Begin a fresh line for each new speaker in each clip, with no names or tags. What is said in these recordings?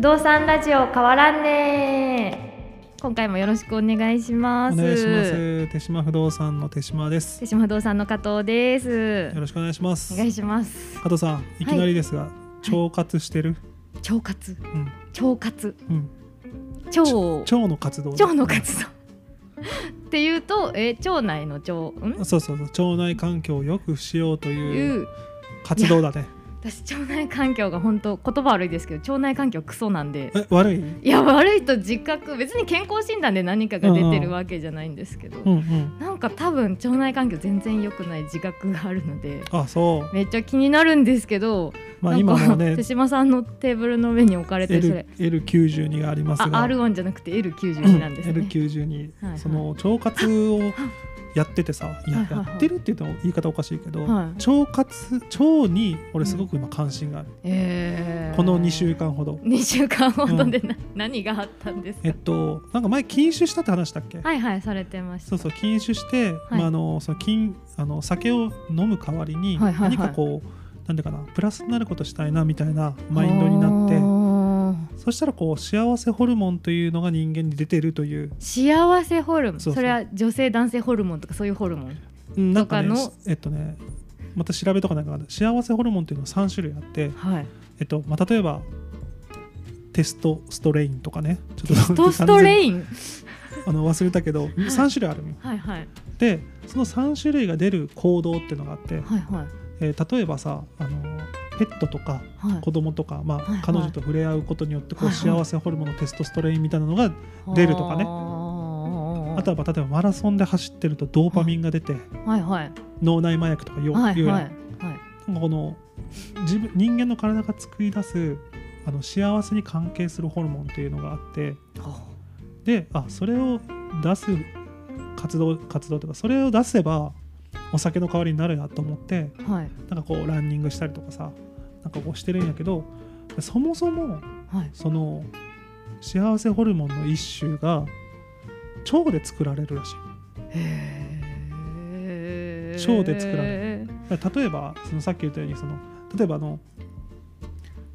動産ラジオ変わらんね今回もよろしくお願いしま
お
す
願いします。手島不動産の手島です。
手島不動産の加藤です
よろしくお願いします。
お願
加
いします
藤さん、いきなりですが、腸活してる。
腸活
うん、
腸活
うん、
腸を
腸の活動。
腸の活動っていうとえ腸内の腸ん
そうそうそう、腸内環境を良くしようという
いう
活動だね。
私腸内環境が本当言葉悪いですけど腸内環境クソなんで
え、悪い。
いや悪いと自覚別に健康診断で何かが出てるわけじゃないんですけど、
うん、うん。
なんか多分腸内環境全然良くない自覚があるので
あ、そう。
めっちゃ気になるんですけど、
まあ、
なんか
今も ね
手。島さんのテーブルの上に置かれてるそ
L
れ
L92 があります
あ
が
R1 じゃなくて
うん
L92 なんですね。
L92、
はいはい
その腸活をやっててさ、いや、
はいはいはい
やってるっていうと言い方おかしいけど、
はい
腸活腸に俺すごく今関心がある、
えー
この2週間ほど
2週間ほどでな、何があったんですか
えっとなんか前禁酒したって話したっけ、
はいはいされてまし
そ
た
うそう禁酒して、
い
まあ、あのその禁あの酒を飲む代わりに
はいはいはい
何かこう、なんていうかなプラスになることしたいなみたいなマインドになって
って
そしたらこう幸せホルモンというのが人間に出てるという、
幸せホルモンそ
そうそう
れは女性男性ホルモンとかそういうホルモン
うんなんかね
とかの
えっとねまた調べとかなんかが幸せホルモンというのは3種類あって、
はい
えっとまあ、例えばテストストレインとかねちょ
テストスト
イン
レイン
あの忘れたけど3種類あるの
はいはい
でその3種類が出る行動っていうのがあって、
はいはい
えー例えばさあのペットとか
はい
子供とか、まあ
はいはい
彼女と触れ合うことによってこう、
はいはい
幸せホルモンのテストストレインみたいなのが出るとかね
あ
あとはまあ例えばマラソンで走ってるとドーパミンが出て、
ははいはい
脳内麻薬とかよ
はい
言うやん
はいはい
なんかこの自分人間の体が作り出すあの幸せに関係するホルモンっていうのがあってであそれを出す活動活動というかそれを出せばお酒の代わりになるなと思って
はい
なんかこうランニングしたりとかさなんかこうしてるんやけどそもそも
はい
その幸せホルモンの一種が腸で作られるらしい
へー
腸で作られだから例えばそのさっき言ったようにその例えばあの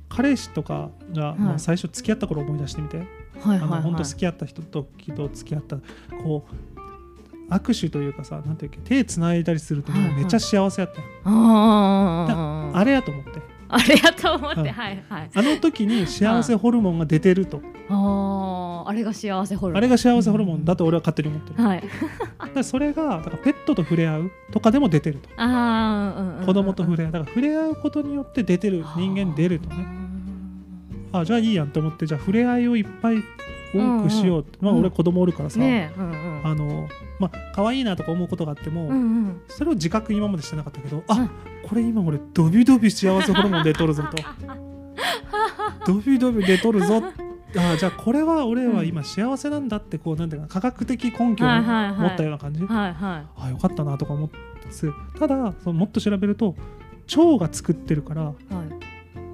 彼氏とかが、
い
まあ、最初付き合った頃思い出してみて、
はい
あ
はいは
の
い
本当付き合った人と人と付き合ったこう握手というかさなんていうっけ手つないだりするともう
はいはい
めっちゃ幸せやったよ、
あー
あれやと思って
あれやと思って、
うん
はいはい。
あの時に幸せホルモンが出てると、
ああ、あれが幸せホルモン。
あれが幸せホルモンだと俺は勝手に思ってる、
はい。
だからそれがだからペットと触れ合うとかでも出てると
ああ、うんうんうん、
子供と触れ合うだから触れ合うことによって出てる人間出るとねあじゃあいいやんと思ってじゃあ触れ合いをいっぱい多くしようって、
んうん
まあ俺子供おるからさ、
ねえ、うんうん。
あのまあ可愛いなとか思うことがあっても、
うんうん。
それを自覚今までしてなかったけど
うん
あこれ今俺ドビドビ幸せホルモン出と るぞとドビドビ出とるぞあじゃあこれは俺は今幸せなんだってこうなんていうかな科学的根拠を
はいはいはい
持ったような感じ、
はいは
あよかったなとか思ってただそのもっと調べると腸が作ってるから
い。はい。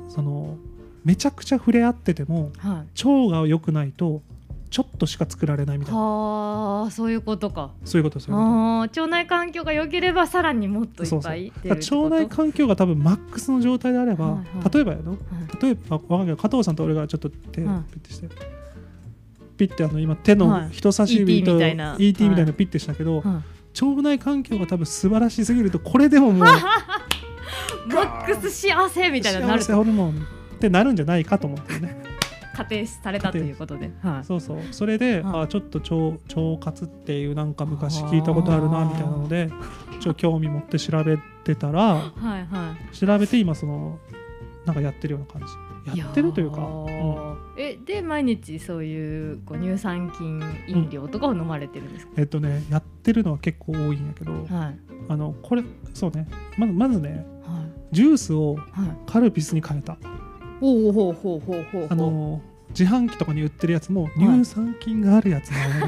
そのめちゃくちゃ触れ合ってても
はい。
腸が良くないとちょっとしか作られないみたいな
はあ、そういうことか。
そういうことそういうこ
ああ、腸内環境が良ければ、さらにもっといっぱい出る
とだか
って
ら
こと。
腸内環境が多分マックスの状態であれば、
はいはい
例えばやの
はい
例えばわかんないけど加藤さんと俺がちょっと手ピ
は
ッ
い
てして、ピッてあの今手
は
の
い
人差し指
ET
と
みたいな
ET みたいなピッてしたけど、
はい
腸内環境が多分素晴らしすぎるとこれでももう
マックス幸せみたいなのにな
幸
る
せ
と
ホルモンってなるんじゃないかと思ってね
仮定されたということで。はい。
そうそうそれで、
はい
あちょっと腸腸活っていうなんか昔聞いたことあるなみたいなのでちょっと興味持って調べて たら
はいはい。
調べて今そのなんかやってるような感じやってるというか、
や
うん
ーえで毎日そういうこう乳酸菌飲料とかを飲まれてるんですか、
えっとねやってるのは結構多いんやけど、
はい
あのこれそうねまずまずね
はい
ジュースを
はい
カルピスに変えた
ほうほうほうほうほうほう
あの自販機とかに売ってるやつも乳酸菌があるやつがあるみた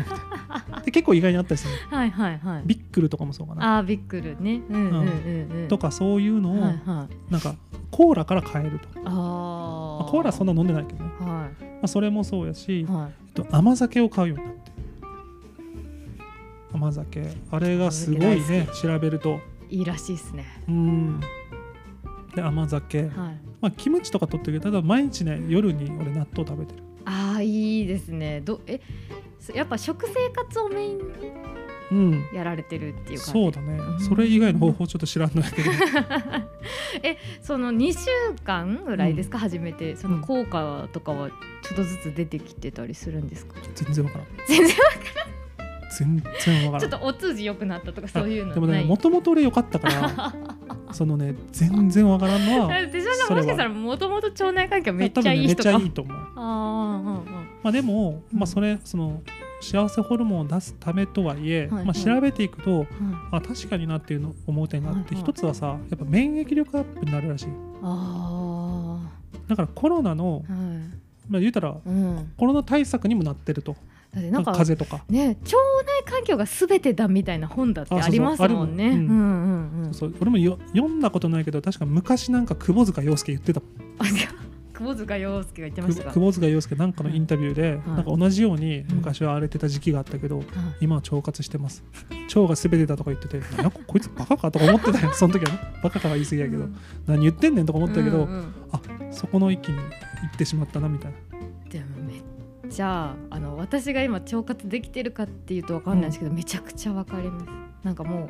い なで結構意外にあったりする
はいはいはい
ビックルとかもそうか
あ
な
ービックルねうんうんうんうん
とかそういうのを、
はいはい
なんかコーラから変えると
あ
まあ
ー
コーラそんな飲んでないけどね、
は
まあ、それもそうやし
い、は
えっと、甘酒を買うようになって甘酒あれがすごいね調べると
いいいらしいですね
うんで甘酒
はい
まあ、キムチとか取ってるけどただ毎日ね夜に俺納豆食べてる
ああいいですねどえそやっぱ食生活をメインに
うん
やられてるっていう感じ
そうだね、
うん
それ以外の方法ちょっと知らんのやけど
えその2週間ぐらいですか、初めてその効果とかはちょっとずつ出てきてたりするんですか、
全然わからん
全然
全然わ
ち
か
ょっ
らん
とお通じ良くなったとかそういうの
でも
な
ね
い
もともと俺良かったから そのね全然わからんのは
あ手嶋さんもしかしたらもともと腸内環境めっちゃいい
めっ
人
ちゃ
かも、
いいと思う
あーうんうん
まあ、でも、
うん
まあ、それその幸せホルモンを出すためとはい
は
え、
い
まあ、
はい
調べていくと、
うん
あ確かになっていうの思う点があって、
はいはい
一つはさやっぱ免疫力アップになるらしい
あ
だからコロナの、
あはい
まあ、言うたら
うん
コロナ対策にもなってると
だってなんか
風邪とか
ね腸内環境が全てだみたいな本だってありますもんね
あそうそうあ
うんう
るもん
んうん
そう俺もよ読んだことないけど確か昔なんか窪塚洋介言ってたもん
あいや久保塚洋介が言ってま
く
したか
窪塚洋介なんかのインタビューで、
い
なんか同じように昔は荒れてた時期があったけど、
はい
今は腸活してます腸が全てだとか言ってて「なんやこいつバカか?」とか思ってたよその時はねバカかは言い過ぎやけど、
うん
何言ってんねんとか思ってたけど、
うんうん
そこの域に行ってしまったなみたいな
でもめっちゃあの私が今腸活できてるかっていうとわかんないんですけど、めちゃくちゃわかりますなんかも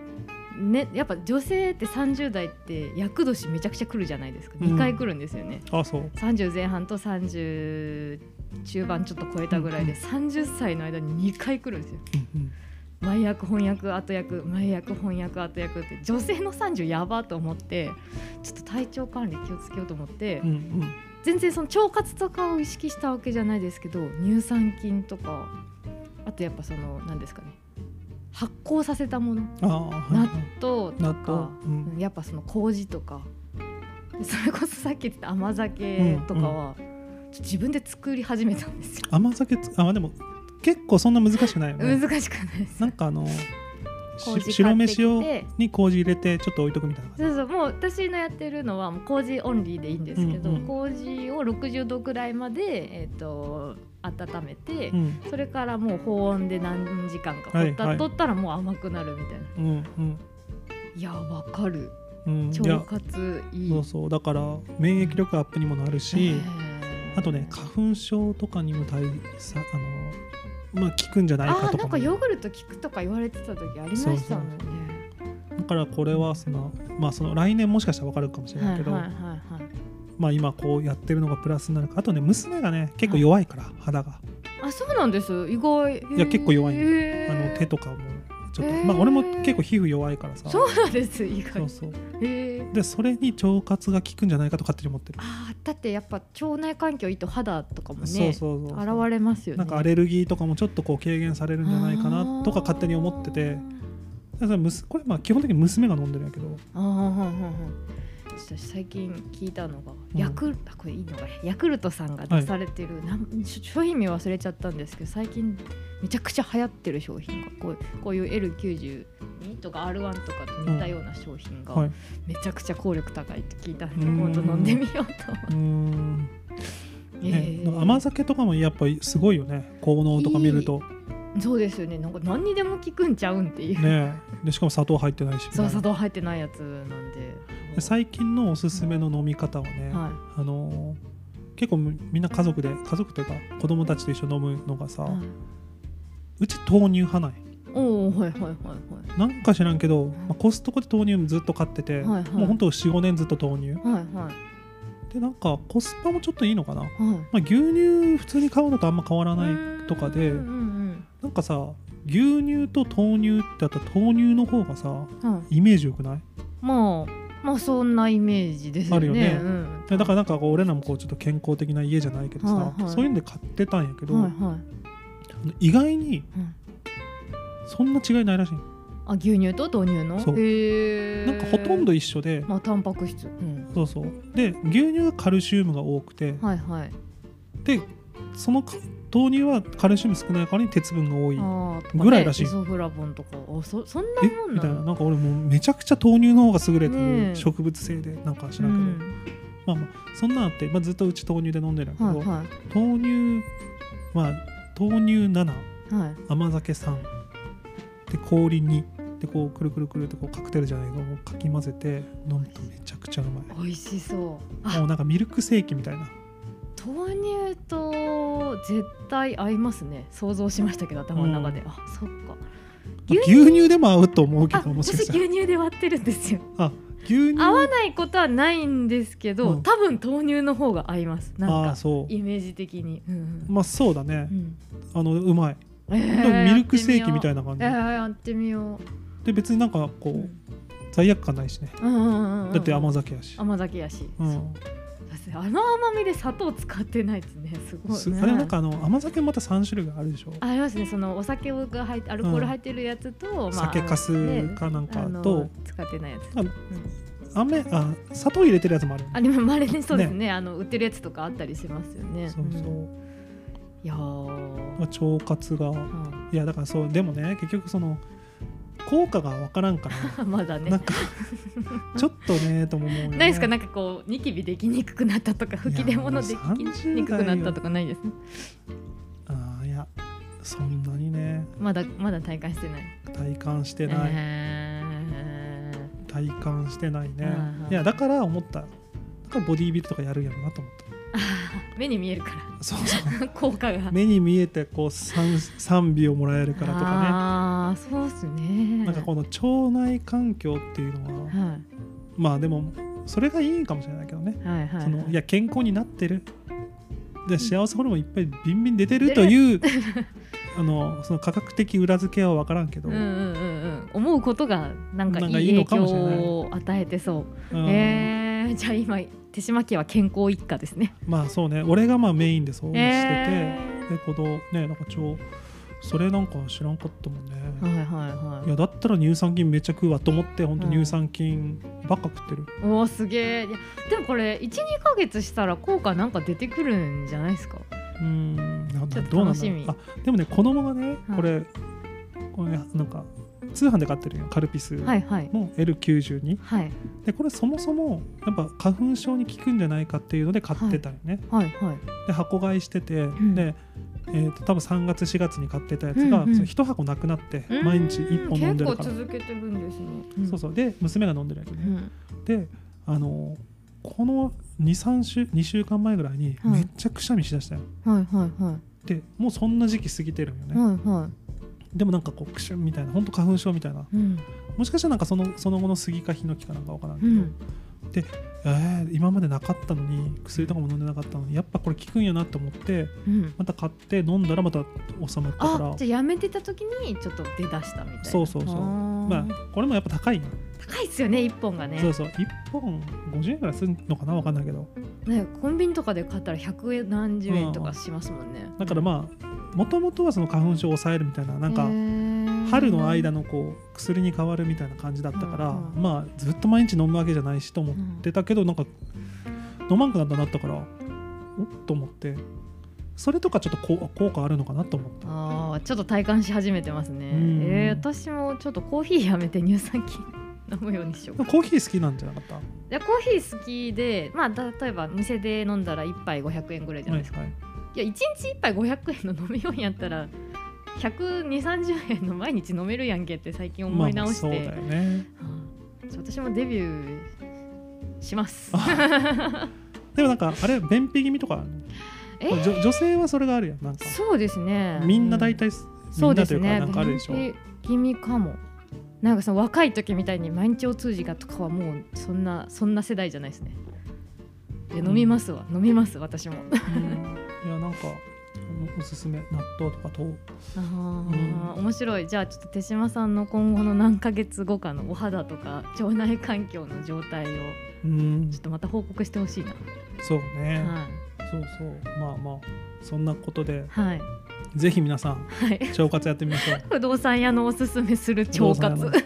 うねやっぱ女性って30代って厄年めちゃくちゃ来るじゃないですか、
うん
2回来るんですよね
あそう
30前半と30中盤ちょっと超えたぐらいで、
うん
30歳の間に2回来るんですよ
うん
前役翻訳後役前役翻訳後役って女性の30やばと思ってちょっと体調管理気をつけようと思って、
うんうんうん
全然その腸活とかを意識したわけじゃないですけど乳酸菌とかあとやっぱその何ですかね発酵させたもの
ああはい
納
はい
豆
納
と
豆
か、
うん
やっぱその麹とかそれこそさっき言ってた甘酒とかは、ちょっと自分で作り始めたんですよ、
甘酒つあでも結構そんな難しくないよね
難しくないです
なんかあの
麹買ってき
して白飯をに麹入れてちょっと置いとくみたいな感じ
そうそうもう私のやってるのはもう麹オンリーでいいんですけど、
うんうん
麹を60度ぐらいまで、えっと温めて、
うん
それからもう保温で何時間か
は
ほ
い
った、
はい
取ったらもう甘くなるみたいな
うんうん
いやわかる
うんい
腸
や
活いい
そうそうだから免疫力アップにもなるし、
えー
あとね花粉症とかにも対さあのまあ効くんじゃないか
あな
とか
ん
も
かヨーグルト効くとか言われてた時ありましたもんね
だからこれはそのまあその来年もしかしたらわかるかもしれ
は
ない
い
けど、
はいはいはい
まあ今こうやってるのがプラスになるかあとね娘がね結構弱いから、肌が
あそうなんです意外い
いや結構弱いんだあ
あ
の手とかもちょっと、
へー
まあ俺も結構皮膚弱いからさ
そうなんです意
そ
外
うそう
へえ
でそれに腸活が効くんじゃないかと勝手に思ってる、
あーだってやっぱ腸内環境いいと肌とかもね
そうそうそう
現れますよね
なんかアレルギーとかもちょっとこう軽減されるんじゃないかなとか勝手に思っててでそれむすこれまあ基本的に娘が飲んでるんやけど
あーはんはんはんちょっと最近聞いたのが、
うん
ヤクルあこれいいのかヤクルトさんが出されてる、なんし商品名忘れちゃったんですけど最近めちゃくちゃ流行ってる商品がこうこういう L92 とか R1 とかと似たような商品が、
うんはい
めちゃくちゃ効力高いって聞いたんで
うん
今度飲んでみようと思
うーん、
って、
ね
えー
甘酒とかもやっぱりすごいよね効能とか見ると
そうですよねなんか何にでも効くんちゃうんっていう、
ねでしかも砂糖入ってないしみたい
そう
な
砂糖入ってないやつなんで
で最近のおすすめの飲み方はね、
はい
あのー結構みみんな家族で家族というか子供たちと一緒に飲むのがさ、
はいう
ち豆乳派ない
おおはいはいはいはい
なんか知らんけど、まあ、コストコで豆乳ずっと買ってて、
はいはい
もうほんと45年ずっと豆乳
はいはい
でなんかコスパもちょっといいのかな、ま
はい
あ、牛乳普通に買うのとあんま変わらないとかで
うんうん
なんかさ牛乳と豆乳ってあったら豆乳の方がさ
うんはい
イメージよくない
まあまあそんなイメージですよね
あるよね
うん、
でだからなんかこう俺らもこうちょっと健康的な家じゃないけどさ、
はいはい
そういうんで買ってたんやけど、
はいはい、
意外に
うん
そんな違いないらしい
あ牛乳と豆乳の
そう
へえ
なんかほとんど一緒で、
まあタンパク質うん
そうそうで牛乳はカルシウムが多くて、
はいはい
でその豆乳はカルシウム少ない代わりに鉄分が多い
あーとかね
ぐらいらしい
イソフラボンとかあそそんな
え
もん
み
な
たい
の
ななんか俺もうめちゃくちゃ豆乳の方が優れて
ねえ
る植物性でなんか知
う
らんけ
ん
ど、まあまあそんなんあって、まあ、ずっとうち豆乳で飲んでるんだけ
はい
ど、
は
豆乳まあ豆乳7
いはい
甘酒3で氷2でこうくるくるくるってこうカクテルじゃないけどこうかき混ぜて飲むとめちゃくくちゃうまい
美味しそう
も
あ
うなんかミルクセーキみたいな
豆乳と絶対合いますね想像しましたけど頭の中で、
う
あそっか
牛
牛
乳
乳
でも合うと思うけ
あ
どもし
私
かし
牛
たら
乳で割ってるんですよ
あ牛乳
合わないことはないんですけど、
うん
多分豆乳の方が合いますなん
ああ
か
そう
イメージ的に、うん
まあそうだね
う、ん
あのうまい、
うんえ
でもミルクセーキみた
い
いな感じ、
えー、やってみよ
で別になんかこ
う、
う、
うん
罪悪感ないしね
うんうんうんうん、
だって甘酒やし、
甘酒やし、
うん
そうそうあの甘みで砂糖使ってないですねすご
す
いね
あれなんかあの甘酒また3種類があるでしょ
ありますねそのお酒が入ってアルコール入ってるやつと、まあ、
酒かすかなん
あ
か
の
と
使ってないやつ
あ
あ,、うん、
飴あ砂糖入れてるやつもあるよね
あでもまれにそうですねあの売ってるやつとかあったりしますよね
そうそう、
んいやー、
まあ、腸活が
うん
いやだからそうでもね結局その効果がわからんか ら
まだ
な
ね
んかちょっとねとも思うよ、ね、
ないですかなんかこうニキビできにくくなったとか吹き出物できにくくなったとかないですね
あーいやそんなにね
まだまだ体感してない
体感してない、
えー
体感してないね
うんうん
いやだから思っただからボディービルとかやるんやろなと思っ
あー目に見えるか
たそうそう
ら 効果が
目に見えてこう賛賛美をもらえるからとか
ああそうっす
ね
ね
なんかこの腸内環境っていうのは
は
まあでもそれがいいんかもしれないけどね
いはいはい
そのいや健康になってるで幸せホルモンいっぱいビンビン出てるというあのその科学的裏付けは分からんけど、
うんうんうんうん思うことがなんか
なんか
いい
いいの
影
か
響
もしれない
を与えてそう
うん
えー、じゃあ今手島家は健康一家ですね
まあそうね俺がまあメインでそうしてて、
え
でこのねなんか超それなんか知らんかったもんね、
ー、はいはい
い
は
やだったら乳酸菌めっちゃ食うわと思って本当乳酸菌ばっか食ってる、
いおおすげえいやでもこれ12ヶ月したら効果なんか出てくるんじゃないですか
うんなん
ち
だ
ょっと
どうなん
楽
だ
し
ろう
み
あでもね子供がね
はい
これ、これねなんか通販で買ってるよカルピス
は
の
いはい
L92、
はい
でこれそもそもやっぱ花粉症に効くんじゃないかっていうので買ってたよね、
はいはい
で箱買いしてて、
ん
で、えー、と多分3月4月に買ってたやつが、
うんうん
その1箱なくなって毎日1本飲んでるから
結構続けてるんですね
そう
そ
そうで娘が飲んでるやつね、
ん、
であのーこの23週2週間前ぐらいに
はい
めっちゃくしゃみしだしたよ、
はいはいはい
でもうそんな時期過ぎてるんよね、
はいは
でもなんかこうくしゅんみたいなほんと花粉症みたいない
うん
もしかしたらなんかそのその後の杉かヒノキかなんかわからんけ
う
ど、
ん
えー今までなかったのに薬とかも飲んでなかったのにやっぱこれ効くんやなと思って
うん
また買って飲んだらまた収まったか
あ
ら
じゃあやめてた時にちょっと出だしたみたいな
そうそうそう
あー
まあこれもやっぱ高いな、
高いっすよね一本がね
そうそう1本50円ぐらいするのかなわかんないけど
ねコンビニとかで買ったら100円何十円とかしますもんね、
だからまあもともとはその花粉症を抑えるみたいな
あ
なんか春の間のこう薬に変わるみたいな感じだったから、
うんうん
まあずっと毎日飲むわけじゃないしと思ってたけど、なんか飲まんくなったなったからおっと思ってそれとかちょっとこう効果あるのかなと思った
あーちょっと体感し始めてますね、
うん
えー私もちょっとコーヒーやめて乳酸菌飲むようにしようか
コーヒー好きなんじゃなかったはい
やコーヒー好きでまあ例えば店で飲んだら1杯500円ぐらいじゃない
い
ですか、
はい
い、や1日1杯500円の飲みようんやったら12030円の毎日飲めるやんけって最近思い直して、
まあまあそうだよね
はい私もデビューします。
でもなんかあれ便秘気味とかあるの、
え
女女性はそれがあるやんなんか
そうですね。
みんな大体、
うん、
み
そうん
な
で
と
す
いうか
ね。
なんかあるでしょ
便秘気味かも。なんかその若い時みたいに毎日お通じがとかはもうそんなそんな世代じゃないですね。いや
うん
飲みますわ、飲みます私も。
うんいやなんかおおすすめ納豆とかと
あ
ん
ー面白い。じゃあちょっと手島さんの今後の何ヶ月後かのお肌とか腸内環境の状態を
うん
ちょっとまた報告してほしいな。
そうね、
はい
そうそうまあまあそんなことで
はい
ぜひ皆さん
はい。
腸活やってみ ましょう
不動産屋のおすすめする
どう
腸
ぞあの
活
い。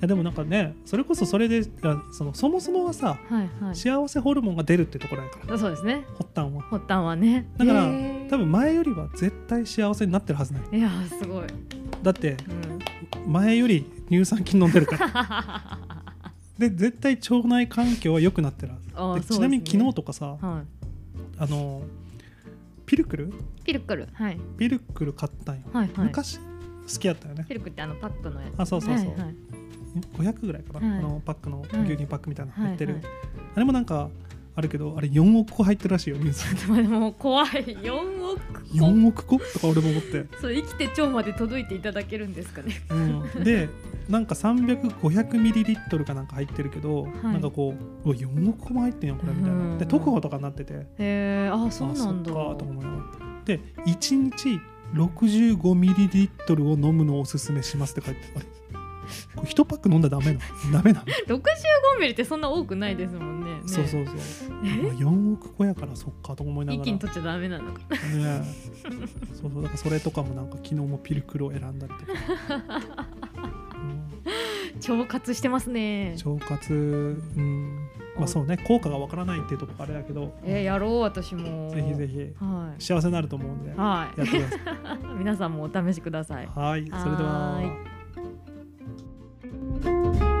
やでもなんかねそれこそそれでいやそのそもそもはさ
はいはい。
幸せホルモンが出るってところやから
そうですね。
発端は
発端はね。
だから
へー
多分前よりは絶対幸せになってるはずない
いやーすごい。う
だって
ん、
前より乳酸菌飲んでるから で絶対腸内環境は良くなってるはず
あーそう
で
ですね
ちなみに昨日とかさ
は
あのピルクル
い。ピルクル。はい
ピルクル買ったんよ、
はいはい。
昔好きやったよね
ピルクってあのパックのやつ。
あそうそうそう
はいはい
500ぐらいかな、
はい
あのパックの
い
牛乳パックみたいなの
は
入
い
ってる、
はい
あれもなんかあるけどあれ4億個入ってるら しいよニュース
でもでも怖い四億個
4億個とか俺も思って、
それ生きて腸まで届いていただけるんですかね
うん、でなんか300500ミリリットルかなんか入ってるけど、
い
なんかこううわ4億個も入ってんよこれみたいな、
うん
で特報とかになってて
へえあそうなんだ
あそっかと思いながらで1日65ミリリットルを飲むのをおすすめしますって書いてあれこれ1パック飲んだらダメな のダメなの
65ミリってそんな多くないですもんねね
そうそうそう。まあ4億個やからそっかと思いなが
一
ら。
気に取っちゃダメなのか
ねえそうそうだからそれとかもなんか昨日もピルクルを選んだりとか。
腸活してます
う
ね
ん腸活、うん、まあそうね効果がわからないっていうところあれだけど、
えー、やろう私も
ぜひぜひ
は
幸せになると思うんで
い
や
は
って ください。
い皆さんもお試しください
はい、それでは。
はーい